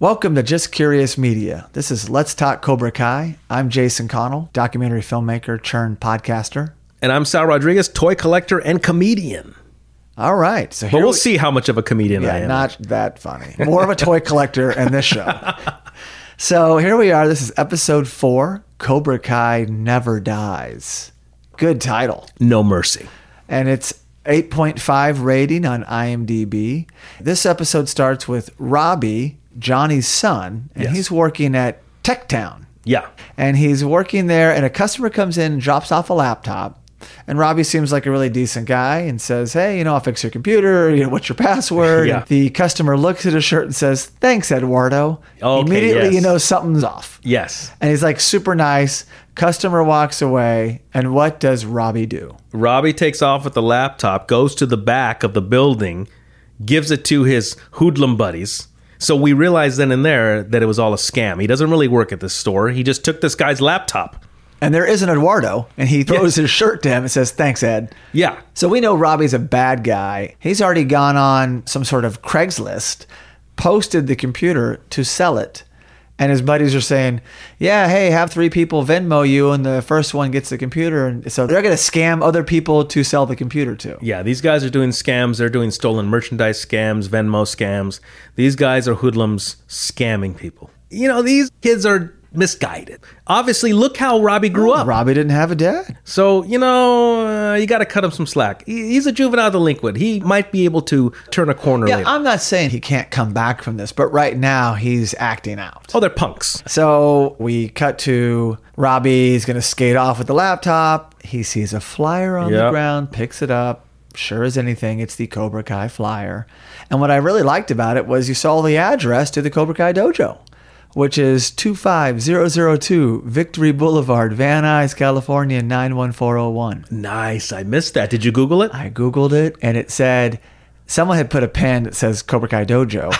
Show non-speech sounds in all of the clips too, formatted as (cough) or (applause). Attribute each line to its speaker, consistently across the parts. Speaker 1: Welcome to Just Curious Media. This is Let's Talk Cobra Kai. I'm Jason Connell, documentary filmmaker, churn podcaster.
Speaker 2: And I'm Sal Rodriguez, toy collector and comedian.
Speaker 1: All right, so
Speaker 2: But
Speaker 1: here
Speaker 2: we'll
Speaker 1: we-
Speaker 2: see how much of a comedian
Speaker 1: Yeah,
Speaker 2: I am.
Speaker 1: not that funny. More of a toy collector in this
Speaker 2: (laughs)
Speaker 1: show. so here we are. This is episode four. Cobra Kai never dies. Good title.
Speaker 2: no mercy.
Speaker 1: and it's 8.5 rating on IMDb. This episode starts with Robbie, Johnny's son, and
Speaker 2: Yes.
Speaker 1: he's working at Tech Town.
Speaker 2: Yeah.
Speaker 1: And he's working there, and a customer comes in and drops off a laptop. And Robbie seems like a really decent guy and says, Hey, you know, I'll fix your computer. You know, what's your password?
Speaker 2: (laughs) Yeah.
Speaker 1: The customer looks at his shirt and says, Thanks, Eduardo.
Speaker 2: Okay,
Speaker 1: Immediately,
Speaker 2: yes.
Speaker 1: you know, something's off.
Speaker 2: Yes.
Speaker 1: And he's like super nice. Customer walks away. And what does Robbie do?
Speaker 2: Robbie takes off with the laptop, goes to the back of the building, gives it to his hoodlum buddies. So we realize then and there that it was all a scam. He doesn't really work at this store. He just took this guy's laptop.
Speaker 1: And there is an Eduardo, and he throws his shirt to him and says, Thanks, Ed.
Speaker 2: Yeah.
Speaker 1: So we know Robbie's a bad guy. He's already gone on some sort of Craigslist, posted the computer to sell it. And his buddies are saying, Yeah, hey, have three people Venmo you, and the first one gets the computer. And so they're going to scam other people to sell the computer to.
Speaker 2: Yeah, these guys are doing scams. They're doing stolen merchandise scams, Venmo scams. These guys are hoodlums scamming people. You know, these kids are misguided. Obviously, look how Robbie grew up.
Speaker 1: Robbie didn't have a dad.
Speaker 2: So, you know, uh, you got to cut him some slack. He- He's a juvenile delinquent. He might be able to turn a corner
Speaker 1: Yeah,
Speaker 2: later.
Speaker 1: I'm not saying he can't come back from this, but right now he's acting out.
Speaker 2: oh, they're punks.
Speaker 1: So we cut to Robbie. He's going to skate off with the laptop. He sees a flyer on the
Speaker 2: Yep.
Speaker 1: ground, picks it up. Sure as anything, it's the Cobra Kai flyer. And what I really liked about it was you saw the address to the Cobra Kai dojo, which is 25002 Victory Boulevard, Van Nuys, California 91401.
Speaker 2: Nice. I missed that. Did you Google it?
Speaker 1: I Googled it and it said someone had put a pen that says Cobra Kai Dojo,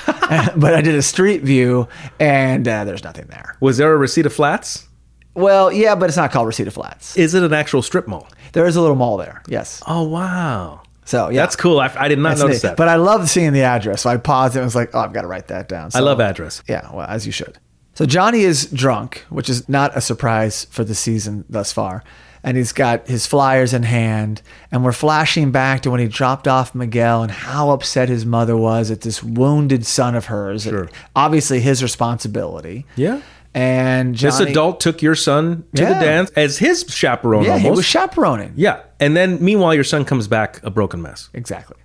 Speaker 1: (laughs) but I did a street view and uh, there's nothing there.
Speaker 2: Was there a Reseda Flats?
Speaker 1: Well, yeah, but it's not called Reseda Flats.
Speaker 2: Is it an actual strip mall?
Speaker 1: There is a little mall there. Yes.
Speaker 2: Oh, wow.
Speaker 1: So yeah,
Speaker 2: That's cool. I, I did not
Speaker 1: That's
Speaker 2: notice
Speaker 1: neat.
Speaker 2: that.
Speaker 1: But I loved seeing the address, so I paused it and was like, "Oh, I've got to write that down."
Speaker 2: I
Speaker 1: So-
Speaker 2: love address.
Speaker 1: Yeah, well, as you should. So Johnny is drunk, which is not a surprise for the season thus far, and he's got his flyers in hand, and we're flashing back to when he dropped off Miguel and how upset his mother was at this wounded son of hers.
Speaker 2: Sure.
Speaker 1: Obviously, his responsibility.
Speaker 2: Yeah.
Speaker 1: And Johnny,
Speaker 2: This adult took your son to the
Speaker 1: Yeah.
Speaker 2: dance as his chaperone
Speaker 1: yeah,
Speaker 2: almost.
Speaker 1: he was chaperoning.
Speaker 2: yeah. And then meanwhile, your son comes back a broken mess.
Speaker 1: Exactly.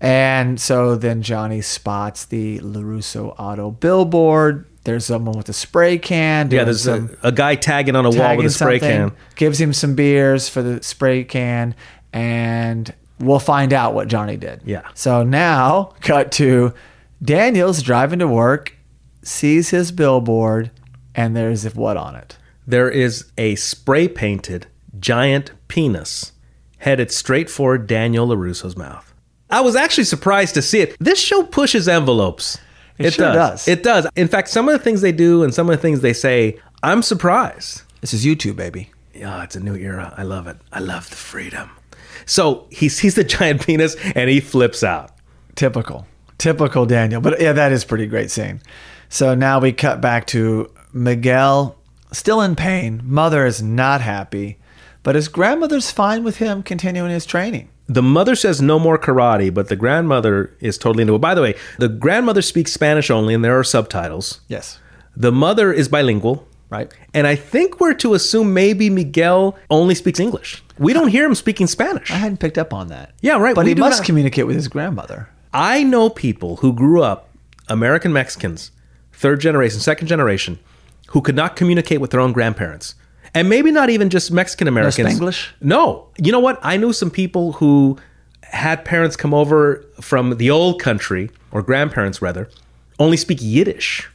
Speaker 1: And so then Johnny spots the LaRusso auto billboard. There's someone with a spray can.
Speaker 2: Yeah,
Speaker 1: doing
Speaker 2: there's
Speaker 1: some-
Speaker 2: a, a guy tagging on a wall with
Speaker 1: tagging
Speaker 2: a spray
Speaker 1: something,
Speaker 2: can.
Speaker 1: Gives him some beers for the spray can, and we'll find out what Johnny did.
Speaker 2: Yeah.
Speaker 1: So now, cut to Daniel's driving to work, sees his billboard, and there's what on it?
Speaker 2: There is a spray painted giant penis headed straight for Daniel LaRusso's mouth. I was actually surprised to see it. This show pushes envelopes.
Speaker 1: It sure does.
Speaker 2: It does. In fact, some of the things they do and some of the things they say, I'm surprised.
Speaker 1: This is YouTube, baby.
Speaker 2: Yeah, it's a new era. I love it. I love the freedom. So he sees the (laughs) giant penis and he flips out.
Speaker 1: Typical. Typical Daniel. But yeah, that is pretty great scene. So now we cut back to Miguel, still in pain. Mother is not happy, but his grandmother's fine with him continuing his training.
Speaker 2: The mother says no more karate, but the grandmother is totally into it. By the way, the grandmother speaks Spanish only and there are subtitles.
Speaker 1: Yes.
Speaker 2: The mother is bilingual.
Speaker 1: Right.
Speaker 2: And I think we're to assume maybe Miguel only speaks English. We don't hear him speaking Spanish.
Speaker 1: I hadn't picked up on that.
Speaker 2: Yeah, right,
Speaker 1: But
Speaker 2: we
Speaker 1: he
Speaker 2: do
Speaker 1: must
Speaker 2: not-
Speaker 1: communicate with his grandmother.
Speaker 2: I know people who grew up American Mexicans, third generation, second generation, who could not communicate with their own grandparents. And maybe not even just Mexican Americans.
Speaker 1: Spanglish?
Speaker 2: No. You know what? I knew some people who had parents come over from the old country, or grandparents rather, only speak Yiddish.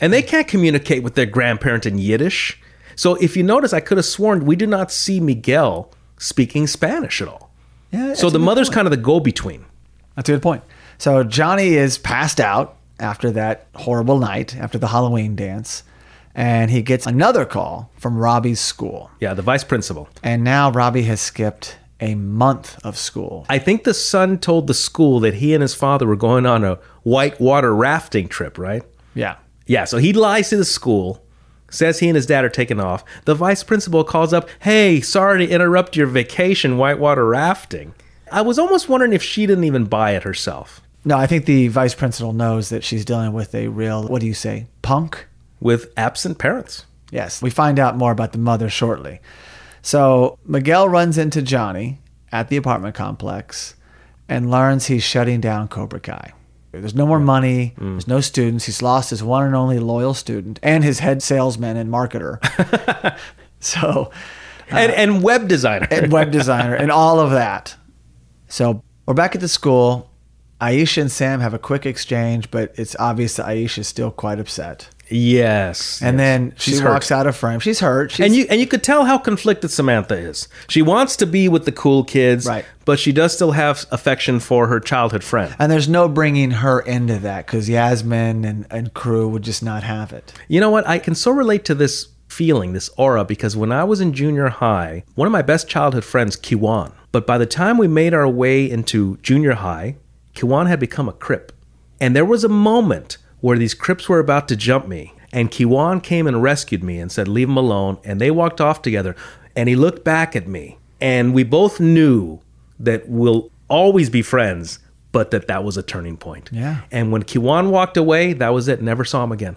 Speaker 2: And they can't communicate with their grandparent in Yiddish. So if you notice, I could have sworn we do not see Miguel speaking Spanish at all.
Speaker 1: Yeah.
Speaker 2: So the mother's kind of the go between.
Speaker 1: That's a good point. So Johnny is passed out after that horrible night, after the Halloween dance, and he gets another call from Robbie's school.
Speaker 2: Yeah, the vice principal.
Speaker 1: And now Robbie has skipped a month of school.
Speaker 2: I think the son told the school that he and his father were going on a whitewater rafting trip, right?
Speaker 1: Yeah.
Speaker 2: Yeah, so he lies to the school, says he and his dad are taking off. The vice principal calls up, Hey, sorry to interrupt your vacation whitewater rafting. I was almost wondering if she didn't even buy it herself.
Speaker 1: No, I think the vice principal knows that she's dealing with a real, what do you say, punk?
Speaker 2: with absent parents.
Speaker 1: Yes, we find out more about the mother shortly. So Miguel runs into Johnny at the apartment complex and learns he's shutting down Cobra Kai. There's no more money. There's no students. He's lost his one and only loyal student and his head salesman and marketer. so,
Speaker 2: and, and web designer.
Speaker 1: Uh,
Speaker 2: (laughs)
Speaker 1: and web designer and all of that. So, we're back at the school. Aisha and Sam have a quick exchange, but it's obvious that Aisha is still quite upset.
Speaker 2: yes.
Speaker 1: And
Speaker 2: yes.
Speaker 1: then she
Speaker 2: She's hurt.
Speaker 1: walks out of frame. She's hurt. She's,
Speaker 2: And you and you could tell how conflicted Samantha is. She wants to be with the cool kids,
Speaker 1: Right.
Speaker 2: but she does still have affection for her childhood friend.
Speaker 1: And there's no bringing her into that because Yasmin and, and crew would just not have it.
Speaker 2: You know what? I can so relate to this feeling, this aura, because when I was in junior high, one of my best childhood friends, Kiwan, but by the time we made our way into junior high, Kiwan had become a Crip. And there was a moment where these Crips were about to jump me, and Kiwan came and rescued me and said, Leave him alone. And they walked off together, and he looked back at me, and we both knew that we'll always be friends, but that that was a turning point.
Speaker 1: Yeah.
Speaker 2: And when Kiwan walked away, that was it. Never saw him again.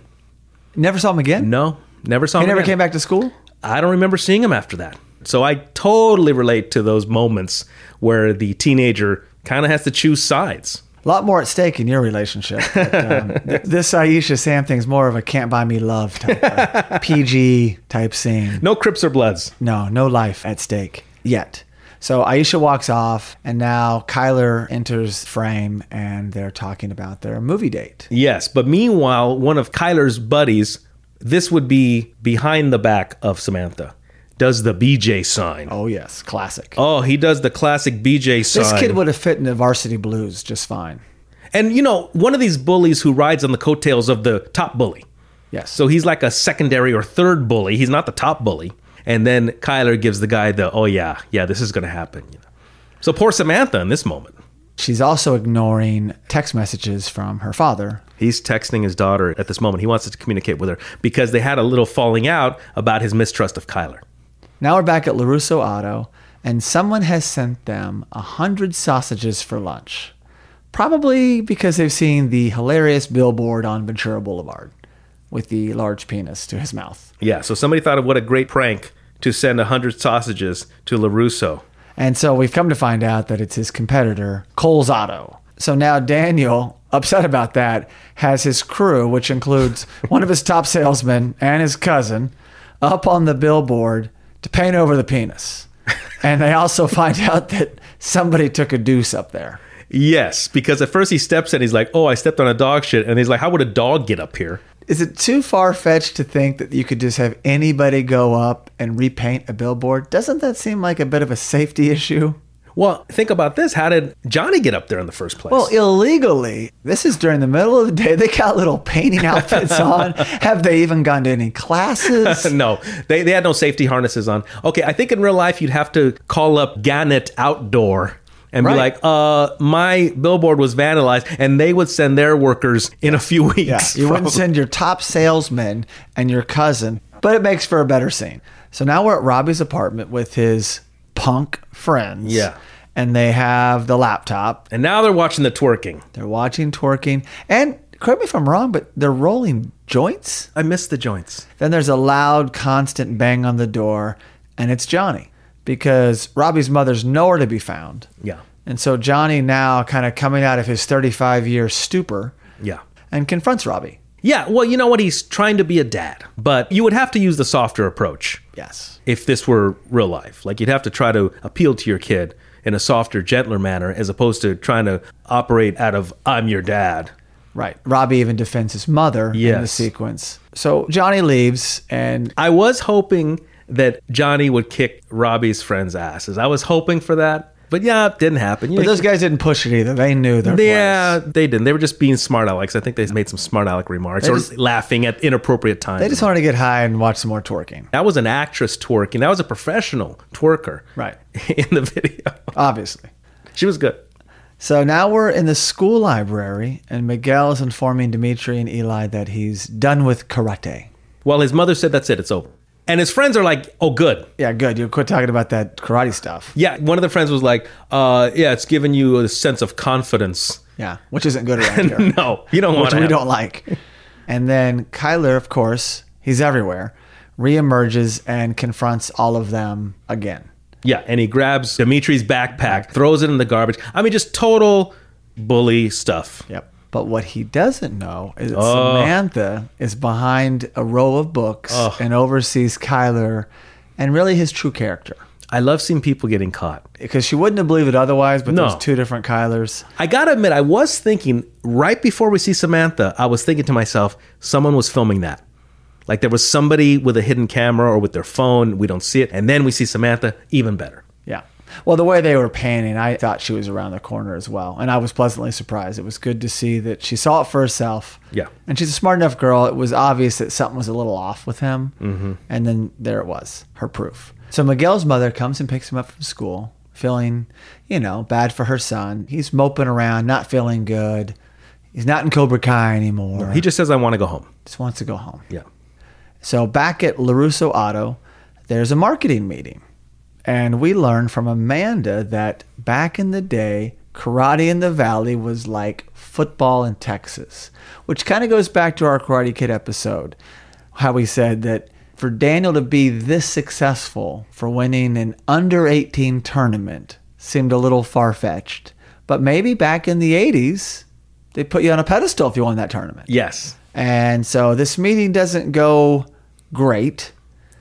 Speaker 1: Never saw him again.
Speaker 2: No, never saw
Speaker 1: he
Speaker 2: him.
Speaker 1: never
Speaker 2: again.
Speaker 1: came back to school.
Speaker 2: I don't remember seeing him after that. So I totally relate to those moments where the teenager kind of has to choose sides.
Speaker 1: A lot more at stake in your relationship. But,
Speaker 2: (laughs)
Speaker 1: um, th- this Aisha Sam thing's more of a can't buy me love type,
Speaker 2: (laughs)
Speaker 1: of PG type scene.
Speaker 2: No Crips or Bloods.
Speaker 1: No, no life at stake yet. So Aisha walks off, and now Kyler enters frame, and they're talking about their movie date.
Speaker 2: Yes, but meanwhile, one of Kyler's buddies, this would be behind the back of Samantha, does the BJ sign. Oh,
Speaker 1: Oh yes, classic.
Speaker 2: he does the classic BJ sign.
Speaker 1: this kid would have fit in the Varsity Blues just fine.
Speaker 2: and you know, one of these bullies who rides on the coattails of the top bully.
Speaker 1: Yes.
Speaker 2: So he's like a secondary or third bully. He's not the top bully. And then Kyler gives the guy the, oh yeah, yeah, this is going to happen. You know? So poor Samantha in this moment.
Speaker 1: She's also ignoring text messages from her father.
Speaker 2: He's texting his daughter at this moment. He wants to communicate with her because they had a little falling out about his mistrust of Kyler.
Speaker 1: Now we're back at LaRusso Auto, and someone has sent them a hundred sausages for lunch. Probably because they've seen the hilarious billboard on Ventura Boulevard with the large penis to his mouth.
Speaker 2: Yeah. So somebody thought of what a great prank to send a 100 sausages to LaRusso.
Speaker 1: And so we've come to find out that it's his competitor, Cole's Auto. So now Daniel, (laughs) upset about that, has his crew, which includes one of his top salesmen and his cousin, up on the billboard to paint over the penis. And they also find out that somebody took a deuce up there.
Speaker 2: Yes. Because at first he steps in, he's like, oh, I stepped on a dog shit. And he's like, how would a dog get up here?
Speaker 1: Is it too far fetched to think that you could just have anybody go up and repaint a billboard? Doesn't that seem like a bit of a safety issue?
Speaker 2: Well, think about this. How did Johnny get up there in the first place?
Speaker 1: Well, illegally, this is during the middle of the day. They got little painting
Speaker 2: (laughs)
Speaker 1: outfits on. Have they even gone to any classes?
Speaker 2: no, they, they had no safety harnesses on. Okay, I think in real life you'd have to call up Gannett Outdoor and
Speaker 1: Right.
Speaker 2: be like, uh, my billboard was vandalized, and they would send their workers in a few (laughs)
Speaker 1: Yeah,
Speaker 2: weeks.
Speaker 1: you wouldn't
Speaker 2: probably.
Speaker 1: send your top salesman and your cousin, but it makes for a better scene. So now we're at Robbie's apartment with his punk friends.
Speaker 2: Yeah.
Speaker 1: And they have the laptop.
Speaker 2: and now they're watching the twerking.
Speaker 1: They're watching twerking. And correct me if I'm wrong, but they're rolling joints.
Speaker 2: I miss the joints.
Speaker 1: Then there's a loud, constant bang on the door, and it's Johnny because Robbie's mother's nowhere to be found.
Speaker 2: Yeah.
Speaker 1: And so Johnny now kind of coming out of his 35 year stupor
Speaker 2: Yeah.
Speaker 1: and confronts Robbie.
Speaker 2: Yeah, well, you know what? He's trying to be a dad, but you would have to use the softer approach.
Speaker 1: Yes.
Speaker 2: if this were real life. Like you'd have to try to appeal to your kid in a softer, gentler manner as opposed to trying to operate out of I'm your dad.
Speaker 1: Right. Robbie even defends his mother in the
Speaker 2: Yes.
Speaker 1: sequence. So Johnny leaves and
Speaker 2: I was hoping that Johnny would kick Robbie's friend's asses. I was hoping for that. But yeah, it didn't happen. You
Speaker 1: but
Speaker 2: know,
Speaker 1: those guys didn't push it either. They knew their place.
Speaker 2: yeah, they didn't. They were just being smart alecs. I think they made some smart alec remarks or
Speaker 1: just-
Speaker 2: laughing at inappropriate times.
Speaker 1: They just wanted to get high and watch some more twerking.
Speaker 2: that was an actress twerking. That was (laughs) a professional twerker.
Speaker 1: Right.
Speaker 2: In the video.
Speaker 1: Obviously.
Speaker 2: She was good.
Speaker 1: So now we're in the school library, and Miguel is informing Dimitri and Eli that he's done with karate.
Speaker 2: Well, his mother said that's it, it's over. And his friends are like, oh, good.
Speaker 1: Yeah, good. You quit talking about that karate stuff.
Speaker 2: Yeah, one of the friends was like, uh, yeah, it's giving you a sense of confidence. (laughs)
Speaker 1: Yeah, which isn't good around (laughs) here.
Speaker 2: No, you don't want
Speaker 1: which we
Speaker 2: to.
Speaker 1: don't like. And then Kyler, of course, he's everywhere, reemerges and confronts all of them again.
Speaker 2: Yeah, and he grabs Dimitri's backpack, throws it in the garbage. I mean, just total bully stuff.
Speaker 1: Yep. But what he doesn't know is that Samantha is behind a row of books and oversees Kyler and really his true character.
Speaker 2: I love seeing people getting caught.
Speaker 1: Because she wouldn't have believed it otherwise, but
Speaker 2: No.
Speaker 1: there's two different Kylers.
Speaker 2: I gotta admit, I was thinking right before we see Samantha, I was thinking to myself, someone was filming that. Like there was somebody with a hidden camera or with their phone, we don't see it. And then we see Samantha, even better.
Speaker 1: Yeah. Well, the way they were panning, I thought she was around the corner as well. And I was pleasantly surprised. It was good to see that she saw it for herself.
Speaker 2: Yeah.
Speaker 1: And she's a smart enough girl. It was obvious that something was a little off with him. Mm-hmm. And then there it was, her proof. So Miguel's mother comes and picks him up from school, feeling, you know, bad for her son. He's moping around, not feeling good. He's not in Cobra Kai anymore.
Speaker 2: He just says, I wanna go home.
Speaker 1: just wants to go home.
Speaker 2: Uh-huh. Yeah.
Speaker 1: So back at LaRusso Auto, there's a marketing meeting. And we learn from Amanda that back in the day, karate in the valley was like football in Texas, which kind of goes back to our Karate Kid episode, how we said that for Daniel to be this successful for winning an under 18 tournament seemed a little far fetched. But maybe back in the 80s, they put you on a pedestal if you won that tournament.
Speaker 2: Yes.
Speaker 1: And so this meeting doesn't go great.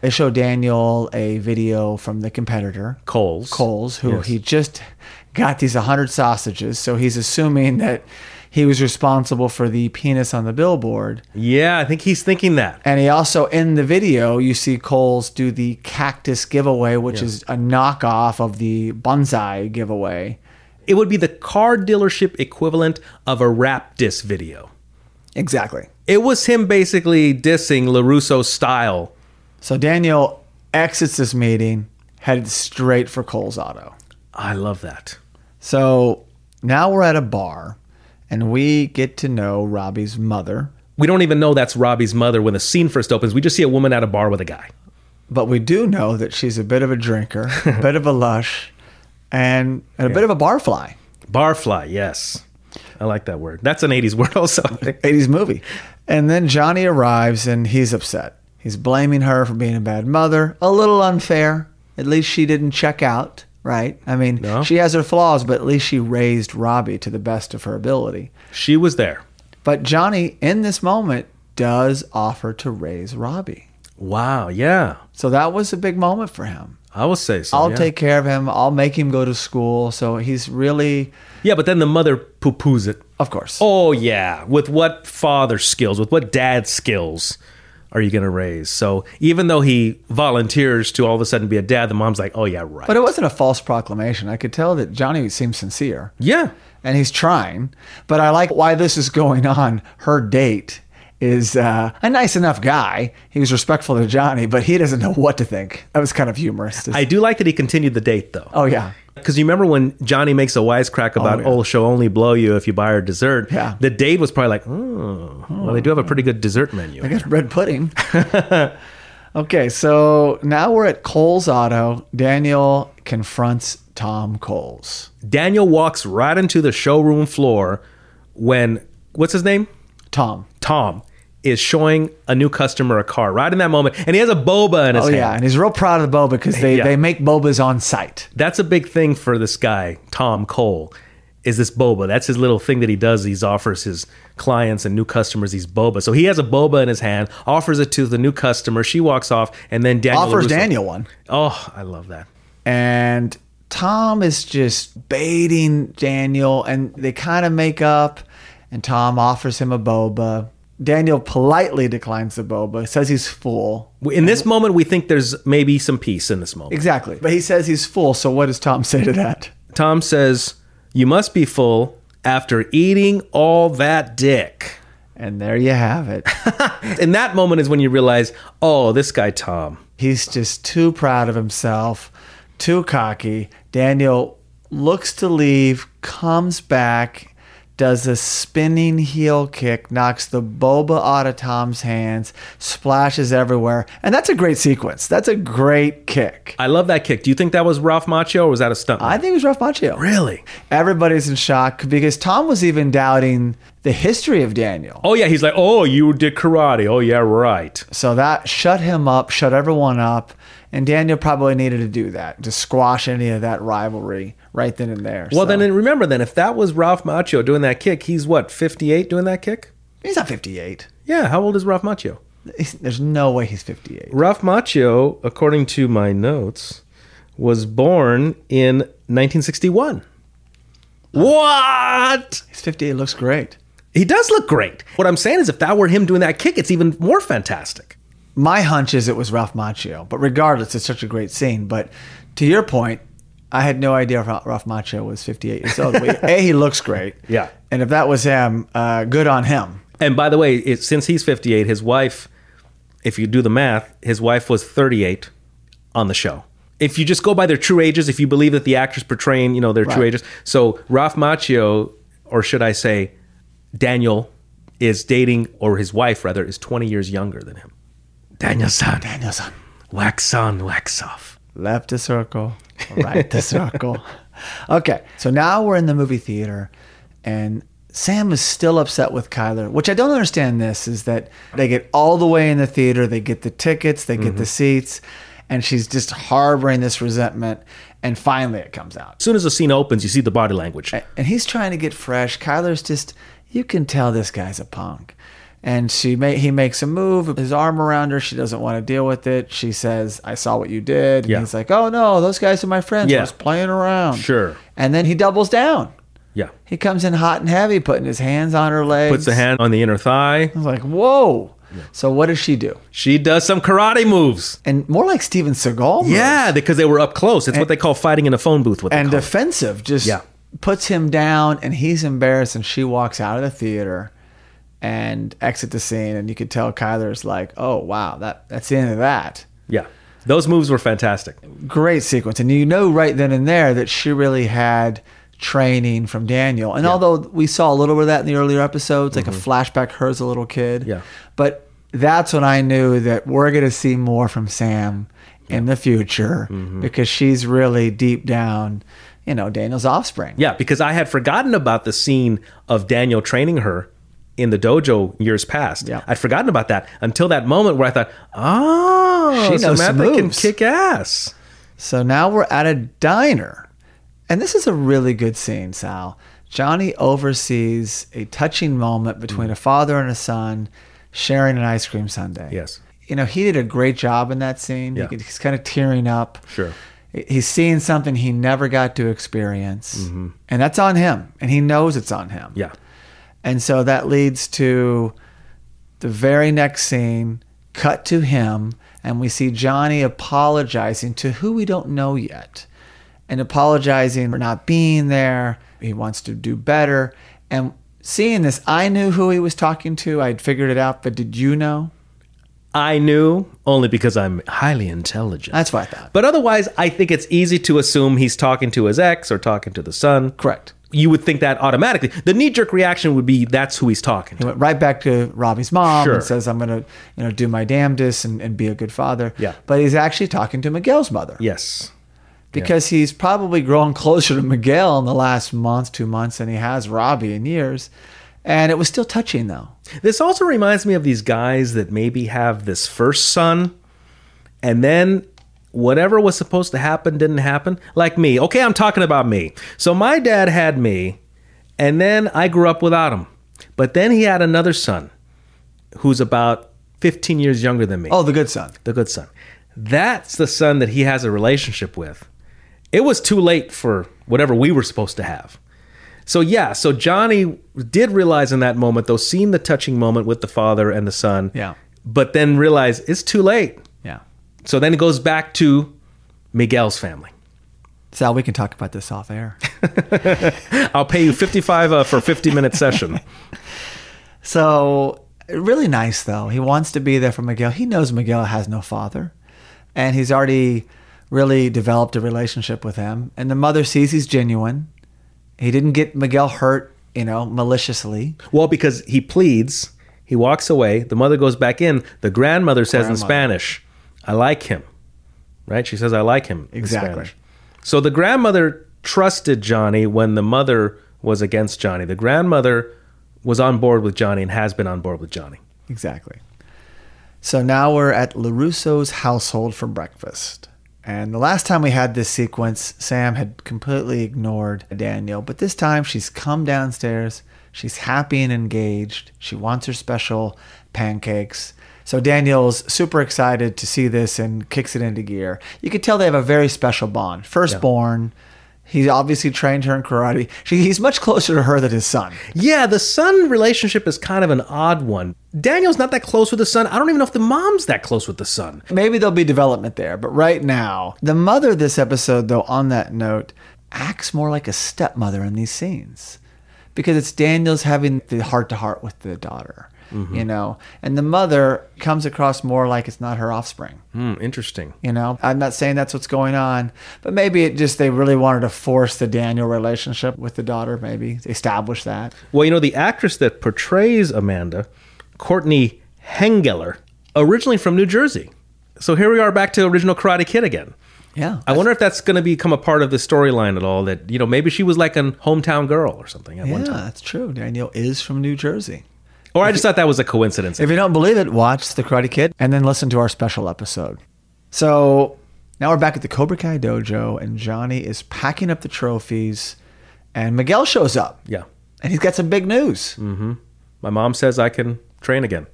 Speaker 1: They show Daniel a video from the competitor,
Speaker 2: Coles.
Speaker 1: Coles, who
Speaker 2: Yes.
Speaker 1: he just got these 100 sausages. So he's assuming that he was responsible for the penis on the billboard.
Speaker 2: Yeah, I think he's thinking that.
Speaker 1: And he also, in the video, you see Coles do the cactus giveaway, which is a knockoff of the bonsai giveaway.
Speaker 2: It would be the car dealership equivalent of a rap diss video.
Speaker 1: Exactly.
Speaker 2: It was him basically dissing LaRusso style.
Speaker 1: So Daniel exits this meeting, headed straight for Coles Auto.
Speaker 2: I love that.
Speaker 1: So now we're at a bar and we get to know Robbie's mother,
Speaker 2: We don't even know that's Robbie's mother when the scene first opens. We just see a woman at a bar with a guy.
Speaker 1: but we do know that she's a bit of a drinker, a bit of a lush, and, and a bit of a barfly.
Speaker 2: Barfly, yes. I like that word. That's an 80s (laughs) word also.
Speaker 1: 80s movie. And then Johnny arrives and he's upset. He's blaming her for being a bad mother. A little unfair. At least she didn't check out, right? I mean,
Speaker 2: No.
Speaker 1: she has her flaws, but at least she raised Robbie to the best of her ability.
Speaker 2: she was there.
Speaker 1: But Johnny, in this moment, does offer to raise Robbie.
Speaker 2: Wow, yeah.
Speaker 1: So that was a big moment for him.
Speaker 2: I would say so.
Speaker 1: I'll
Speaker 2: Oh, yeah.
Speaker 1: take care of him. I'll make him go to school. So he's really,
Speaker 2: Yeah, but then the mother poo poos it.
Speaker 1: of course.
Speaker 2: Oh, yeah. With what father skills, with what dad skills are you going to raise? So even though he volunteers to all of a sudden be a dad, the mom's like, oh, yeah, right.
Speaker 1: But it wasn't a false proclamation. I could tell that Johnny seems sincere
Speaker 2: yeah.
Speaker 1: and he's trying. But I like why this is going on. Her date is uh, a nice enough guy. He was respectful to Johnny, but he doesn't know what to think. That was kind of humorous. to-
Speaker 2: I do like that he continued the date, though.
Speaker 1: oh, yeah.
Speaker 2: Because you remember when Johnny makes a wisecrack about, oh,
Speaker 1: yeah.
Speaker 2: she'll only blow you if you buy her dessert.
Speaker 1: Yeah.
Speaker 2: The date was probably like, oh, well, they do have a pretty good dessert menu.
Speaker 1: I got red
Speaker 2: (laughs)
Speaker 1: pudding. okay, so now we're at Cole's Auto. Daniel confronts Tom Coles.
Speaker 2: Daniel walks right into the showroom floor when, what's his name?
Speaker 1: Tom.
Speaker 2: Tom is showing a new customer a car right in that moment. And he has a boba in his
Speaker 1: Oh
Speaker 2: hand.
Speaker 1: yeah, and he's real proud of the boba because they,
Speaker 2: Yeah.
Speaker 1: they make bobas on site.
Speaker 2: That's a big thing for this guy, Tom Cole, is this boba. That's his little thing that he does. He offers his clients and new customers these boba. So he has a boba in his hand, offers it to the new customer. She walks off, and then Daniel
Speaker 1: Offers
Speaker 2: LaRusso-
Speaker 1: Daniel one,
Speaker 2: Oh, I love that.
Speaker 1: and Tom is just baiting Daniel, and they kind of make up. And Tom offers him a boba. Daniel politely declines the boba, says he's full.
Speaker 2: In this moment, we think there's maybe some peace in this moment.
Speaker 1: Exactly, but he says he's full. So what does Tom say to that?
Speaker 2: Tom says, "You must be full after eating all that dick."
Speaker 1: And there you have it.
Speaker 2: In that moment is when you realize, "Oh, this guy Tom."
Speaker 1: He's just too proud of himself, too cocky. Daniel looks to leave, comes back, does a spinning heel kick, knocks the boba out of Tom's hands, splashes everywhere. And that's a great sequence. That's a great kick.
Speaker 2: I love that kick. Do you think that was Ralph Macchio or was that a stunt?
Speaker 1: I think it was Ralph Macchio.
Speaker 2: really?
Speaker 1: Everybody's in shock because Tom was even doubting the history of Daniel.
Speaker 2: Oh yeah, he's like, oh, you did karate. Oh yeah, right.
Speaker 1: So that shut him up, shut everyone up. And Daniel probably needed to do that to squash any of that rivalry right then and there.
Speaker 2: Well,
Speaker 1: So-
Speaker 2: then remember then, if that was Ralph Macchio doing that kick, he's what, 58 doing that kick?
Speaker 1: he's not 58.
Speaker 2: Yeah, how old is Ralph Macchio?
Speaker 1: He's- There's no way he's 58.
Speaker 2: Ralph Macchio, according to my notes, was born in 1961. What?
Speaker 1: He's 58, looks great.
Speaker 2: He does look great. What I'm saying is, if that were him doing that kick, it's even more fantastic.
Speaker 1: My hunch is it was Ralph Macchio, but regardless, it's such a great scene. But to your point, I had no idea Ra- Ralph Macchio was 58 years old. Well, a, he looks great.
Speaker 2: (laughs) Yeah.
Speaker 1: And if that was him, uh, good on him.
Speaker 2: And by the way, it, since he's 58, his wife, if you do the math, his wife was 38 on the show. If you just go by their true ages, if you believe that the actors portraying, you know, their true
Speaker 1: Right.
Speaker 2: ages. So Ralph Macchio, or should I say, Daniel, is dating, or his wife rather, is 20 years younger than him. Daniel's son.
Speaker 1: Daniel son.
Speaker 2: Wax on, wax off.
Speaker 1: Left a circle, right a circle. Okay, so now we're in the movie theater, and Sam is still upset with Kyler, which I don't understand. This is that they get all the way in the theater, they get the tickets, they get the seats, and she's just harboring this resentment, and finally it comes out.
Speaker 2: As soon as the scene opens, you see the body language.
Speaker 1: And he's trying to get fresh. Kyler's just, you can tell this guy's a punk. And she ma- he makes a move, his arm around her. She doesn't want to deal with it. She says, I saw what you did. And
Speaker 2: Yeah.
Speaker 1: he's like, oh no, those guys are my friends.
Speaker 2: Yeah.
Speaker 1: I was playing around.
Speaker 2: Sure.
Speaker 1: And then he doubles down.
Speaker 2: Yeah.
Speaker 1: He comes in hot and heavy, putting his hands on her legs.
Speaker 2: Puts a hand on the inner thigh.
Speaker 1: I was like, whoa. So what does she do?
Speaker 2: She does some karate moves.
Speaker 1: And more like Steven Seagal. moves.
Speaker 2: Yeah, because they were up close. It's what they call fighting in a phone booth. What they
Speaker 1: and
Speaker 2: call
Speaker 1: defensive. Just
Speaker 2: Yeah.
Speaker 1: puts him down, and he's embarrassed. And she walks out of the theater and exit the scene. And you could tell Kyler's like, "Oh wow, that that's the end of that."
Speaker 2: it. yeah. Those moves were fantastic.
Speaker 1: Great sequence, and you know right then and there that she really had training from Daniel. And although we saw a little bit of that in the earlier episodes, like a flashback, her as a little kid.
Speaker 2: Mm-hmm. Yeah.
Speaker 1: but that's when I knew that we're going to see more from Sam. In the future,
Speaker 2: Mm-hmm.
Speaker 1: because she's really deep down, you know, Daniel's offspring.
Speaker 2: Yeah, because I had forgotten about the scene of Daniel training her in the dojo years past.
Speaker 1: Yeah.
Speaker 2: I'd forgotten about that until that moment where I thought, oh,
Speaker 1: She knows some
Speaker 2: Samantha can
Speaker 1: moves."
Speaker 2: kick ass.
Speaker 1: So now we're at a diner. And this is a really good scene, Sal. Johnny oversees a touching moment between a father and a son sharing an ice cream sundae.
Speaker 2: Yes.
Speaker 1: You know, he did a great job in that scene. He
Speaker 2: Yeah.
Speaker 1: could- he's kind of tearing up.
Speaker 2: Sure.
Speaker 1: He's seeing something he never got to experience. And that's on him. And he knows it's on him.
Speaker 2: Mm-hmm. Yeah.
Speaker 1: And so that leads to the very next scene, cut to him, and we see Johnny apologizing to who we don't know yet and apologizing for not being there. He wants to do better. And seeing this, I knew who he was talking to. I'd figured it out, but did you know?
Speaker 2: I knew only because I'm highly intelligent.
Speaker 1: That's what I thought.
Speaker 2: But otherwise, I think it's easy to assume he's talking to his ex or talking to the son.
Speaker 1: Correct.
Speaker 2: You would think that automatically. The knee jerk reaction would be that's who he's talking
Speaker 1: He
Speaker 2: to.
Speaker 1: went right back to Robbie's mom
Speaker 2: Sure.
Speaker 1: and says, I'm going to you know, do my damnedest and, and be a good father.
Speaker 2: Yeah.
Speaker 1: But he's actually talking to Miguel's mother.
Speaker 2: Yes.
Speaker 1: because he's probably grown (laughs) closer to Miguel in the last month, two months than he has Robbie in years. And it was still touching though.
Speaker 2: This also reminds me of these guys that maybe have this first son and then whatever was supposed to happen didn't happen. Like me. Okay, I'm talking about me. So my dad had me and then I grew up without him. But then he had another son who's about 15 years younger than me.
Speaker 1: Oh, the good son.
Speaker 2: the good son. That's the son that he has a relationship with. It was too late for whatever we were supposed to have. So yeah, so Johnny did realize in that moment, though, seeing the touching moment with the father and the son.
Speaker 1: Yeah.
Speaker 2: But then realize it's too late.
Speaker 1: Yeah.
Speaker 2: So then it goes back to Miguel's family.
Speaker 1: Sal, we can talk about this off air.
Speaker 2: I'll pay you fifty-five uh, for a fifty-minute session.
Speaker 1: so really nice though. He wants to be there for Miguel. He knows Miguel has no father, and he's already really developed a relationship with him. And the mother sees he's genuine. He didn't get Miguel hurt, you know, maliciously.
Speaker 2: Well, because he pleads, he walks away. The mother goes back in. The grandmother says in
Speaker 1: Grandmother.
Speaker 2: Spanish, "I like him," right? She says, "I like him." in
Speaker 1: Exactly.
Speaker 2: Spanish. So the grandmother trusted Johnny when the mother was against Johnny. The grandmother was on board with Johnny and has been on board with Johnny.
Speaker 1: Exactly. So now we're at LaRusso's household for breakfast. And the last time we had this sequence, Sam had completely ignored Daniel, but this time she's come downstairs. She's happy and engaged. She wants her special pancakes. So Daniel's super excited to see this and kicks it into gear. You could tell they have a very special bond. Firstborn, he's obviously trained her in karate. She, he's much closer to her than his son.
Speaker 2: Yeah, the son relationship is kind of an odd one. Daniel's not that close with the son. I don't even know if the mom's that close with the son.
Speaker 1: Maybe there'll be development there, but right now, the mother this episode, though, on that note, acts more like a stepmother in these scenes because it's Daniel's having the heart to heart with the daughter,
Speaker 2: Mm-hmm.
Speaker 1: you know, and the mother comes across more like it's not her offspring,
Speaker 2: Hmm, interesting.
Speaker 1: you know. I'm not saying that's what's going on, but maybe it just they really wanted to force the Daniel relationship with the daughter, maybe establish that.
Speaker 2: Well, you know, the actress that portrays Amanda, Courtney Hengeler, originally from New Jersey. So here we are back to original Karate Kid again.
Speaker 1: Yeah,
Speaker 2: I wonder if that's going to become a part of the storyline at all. That you know, maybe she was like an hometown girl or something at
Speaker 1: yeah,
Speaker 2: one time.
Speaker 1: that's true. Daniel is from New Jersey.
Speaker 2: Or I just thought that was a coincidence.
Speaker 1: If you don't believe it, watch The Karate Kid and then listen to our special episode. So now we're back at the Cobra Kai dojo, and Johnny is packing up the trophies, and Miguel shows up.
Speaker 2: yeah, Mm.
Speaker 1: And he's got some big news.
Speaker 2: my mom says I can train again.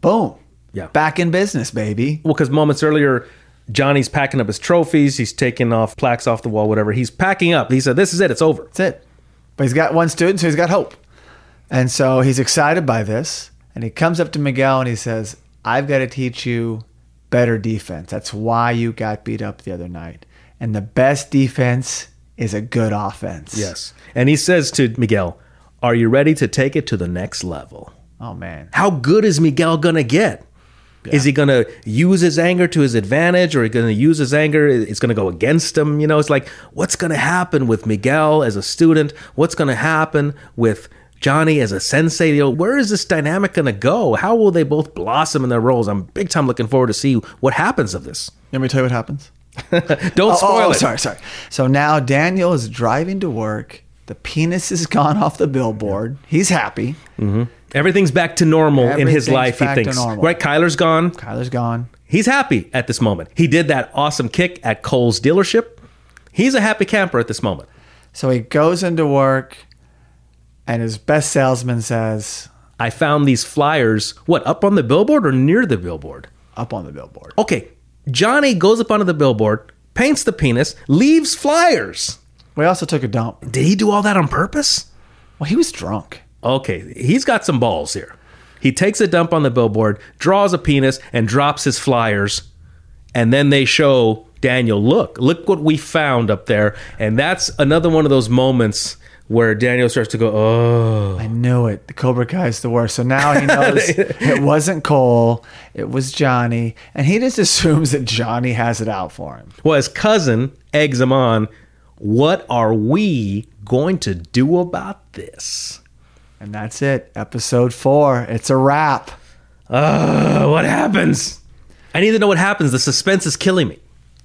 Speaker 1: Boom.
Speaker 2: Yeah.
Speaker 1: Back in business, baby.
Speaker 2: Well, because moments earlier, Johnny's packing up his trophies. He's taking off plaques off the wall, whatever. He's packing up. He said, "This is it. It's over."
Speaker 1: That's it. But he's got one student, so he's got hope. And so he's excited by this. And he comes up to Miguel and he says, I've got to teach you better defense. That's why you got beat up the other night. And the best defense is a good offense.
Speaker 2: And he says to Miguel, "Are you ready to take it to the next level?"
Speaker 1: Oh, man.
Speaker 2: How good is Miguel gonna get? Is he gonna use his anger to his advantage, or he gonna use his anger? It's gonna go against him. You know, it's like what's gonna happen with Miguel as a student? What's gonna happen with Johnny as a sensei? You know, where is this dynamic gonna go? How will they both blossom in their roles? I'm big time looking forward to see what happens of this.
Speaker 1: Let me to tell you what happens.
Speaker 2: Don't
Speaker 1: Oh,
Speaker 2: spoil
Speaker 1: oh,
Speaker 2: it.
Speaker 1: sorry, sorry. So now Daniel is driving to work. The penis is (laughs) gone off the billboard. He's happy.
Speaker 2: Everything's back to normal in
Speaker 1: Everything's
Speaker 2: his life. He
Speaker 1: back to
Speaker 2: thinks
Speaker 1: normal.
Speaker 2: right. Kyler's gone.
Speaker 1: Kyler's gone.
Speaker 2: He's happy at this moment. He did that awesome kick at Cole's dealership. He's a happy camper at this moment.
Speaker 1: So he goes into work, and his best salesman says,
Speaker 2: I found these flyers, what, up on the billboard or near the billboard?
Speaker 1: up on the billboard.
Speaker 2: Okay, Johnny goes up onto the billboard, paints the penis, leaves flyers.
Speaker 1: We also took a dump.
Speaker 2: Did he do all that on purpose?
Speaker 1: Well, he was drunk.
Speaker 2: Okay, he's got some balls here. He takes a dump on the billboard, draws a penis, and drops his flyers. And then they show Daniel, look, look what we found up there. And that's another one of those moments where Daniel starts to go, oh.
Speaker 1: I knew it. The Cobra Kai is the worst. So now he knows it wasn't Cole, it was Johnny, and he just assumes that Johnny has it out for him.
Speaker 2: Well, his cousin eggs him on, what are we going to do about this?
Speaker 1: And that's it. Episode four. It's a wrap.
Speaker 2: Uh, what happens? I need to know what happens. The suspense is killing me.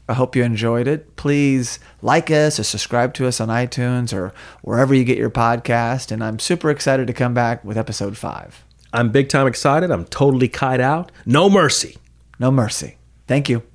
Speaker 1: I hope you enjoyed it. Please like us or subscribe to us on iTunes or wherever you get your podcast. And I'm super excited to come back with episode five.
Speaker 2: I'm big time excited. I'm totally kite out. No mercy.
Speaker 1: No mercy. Thank you.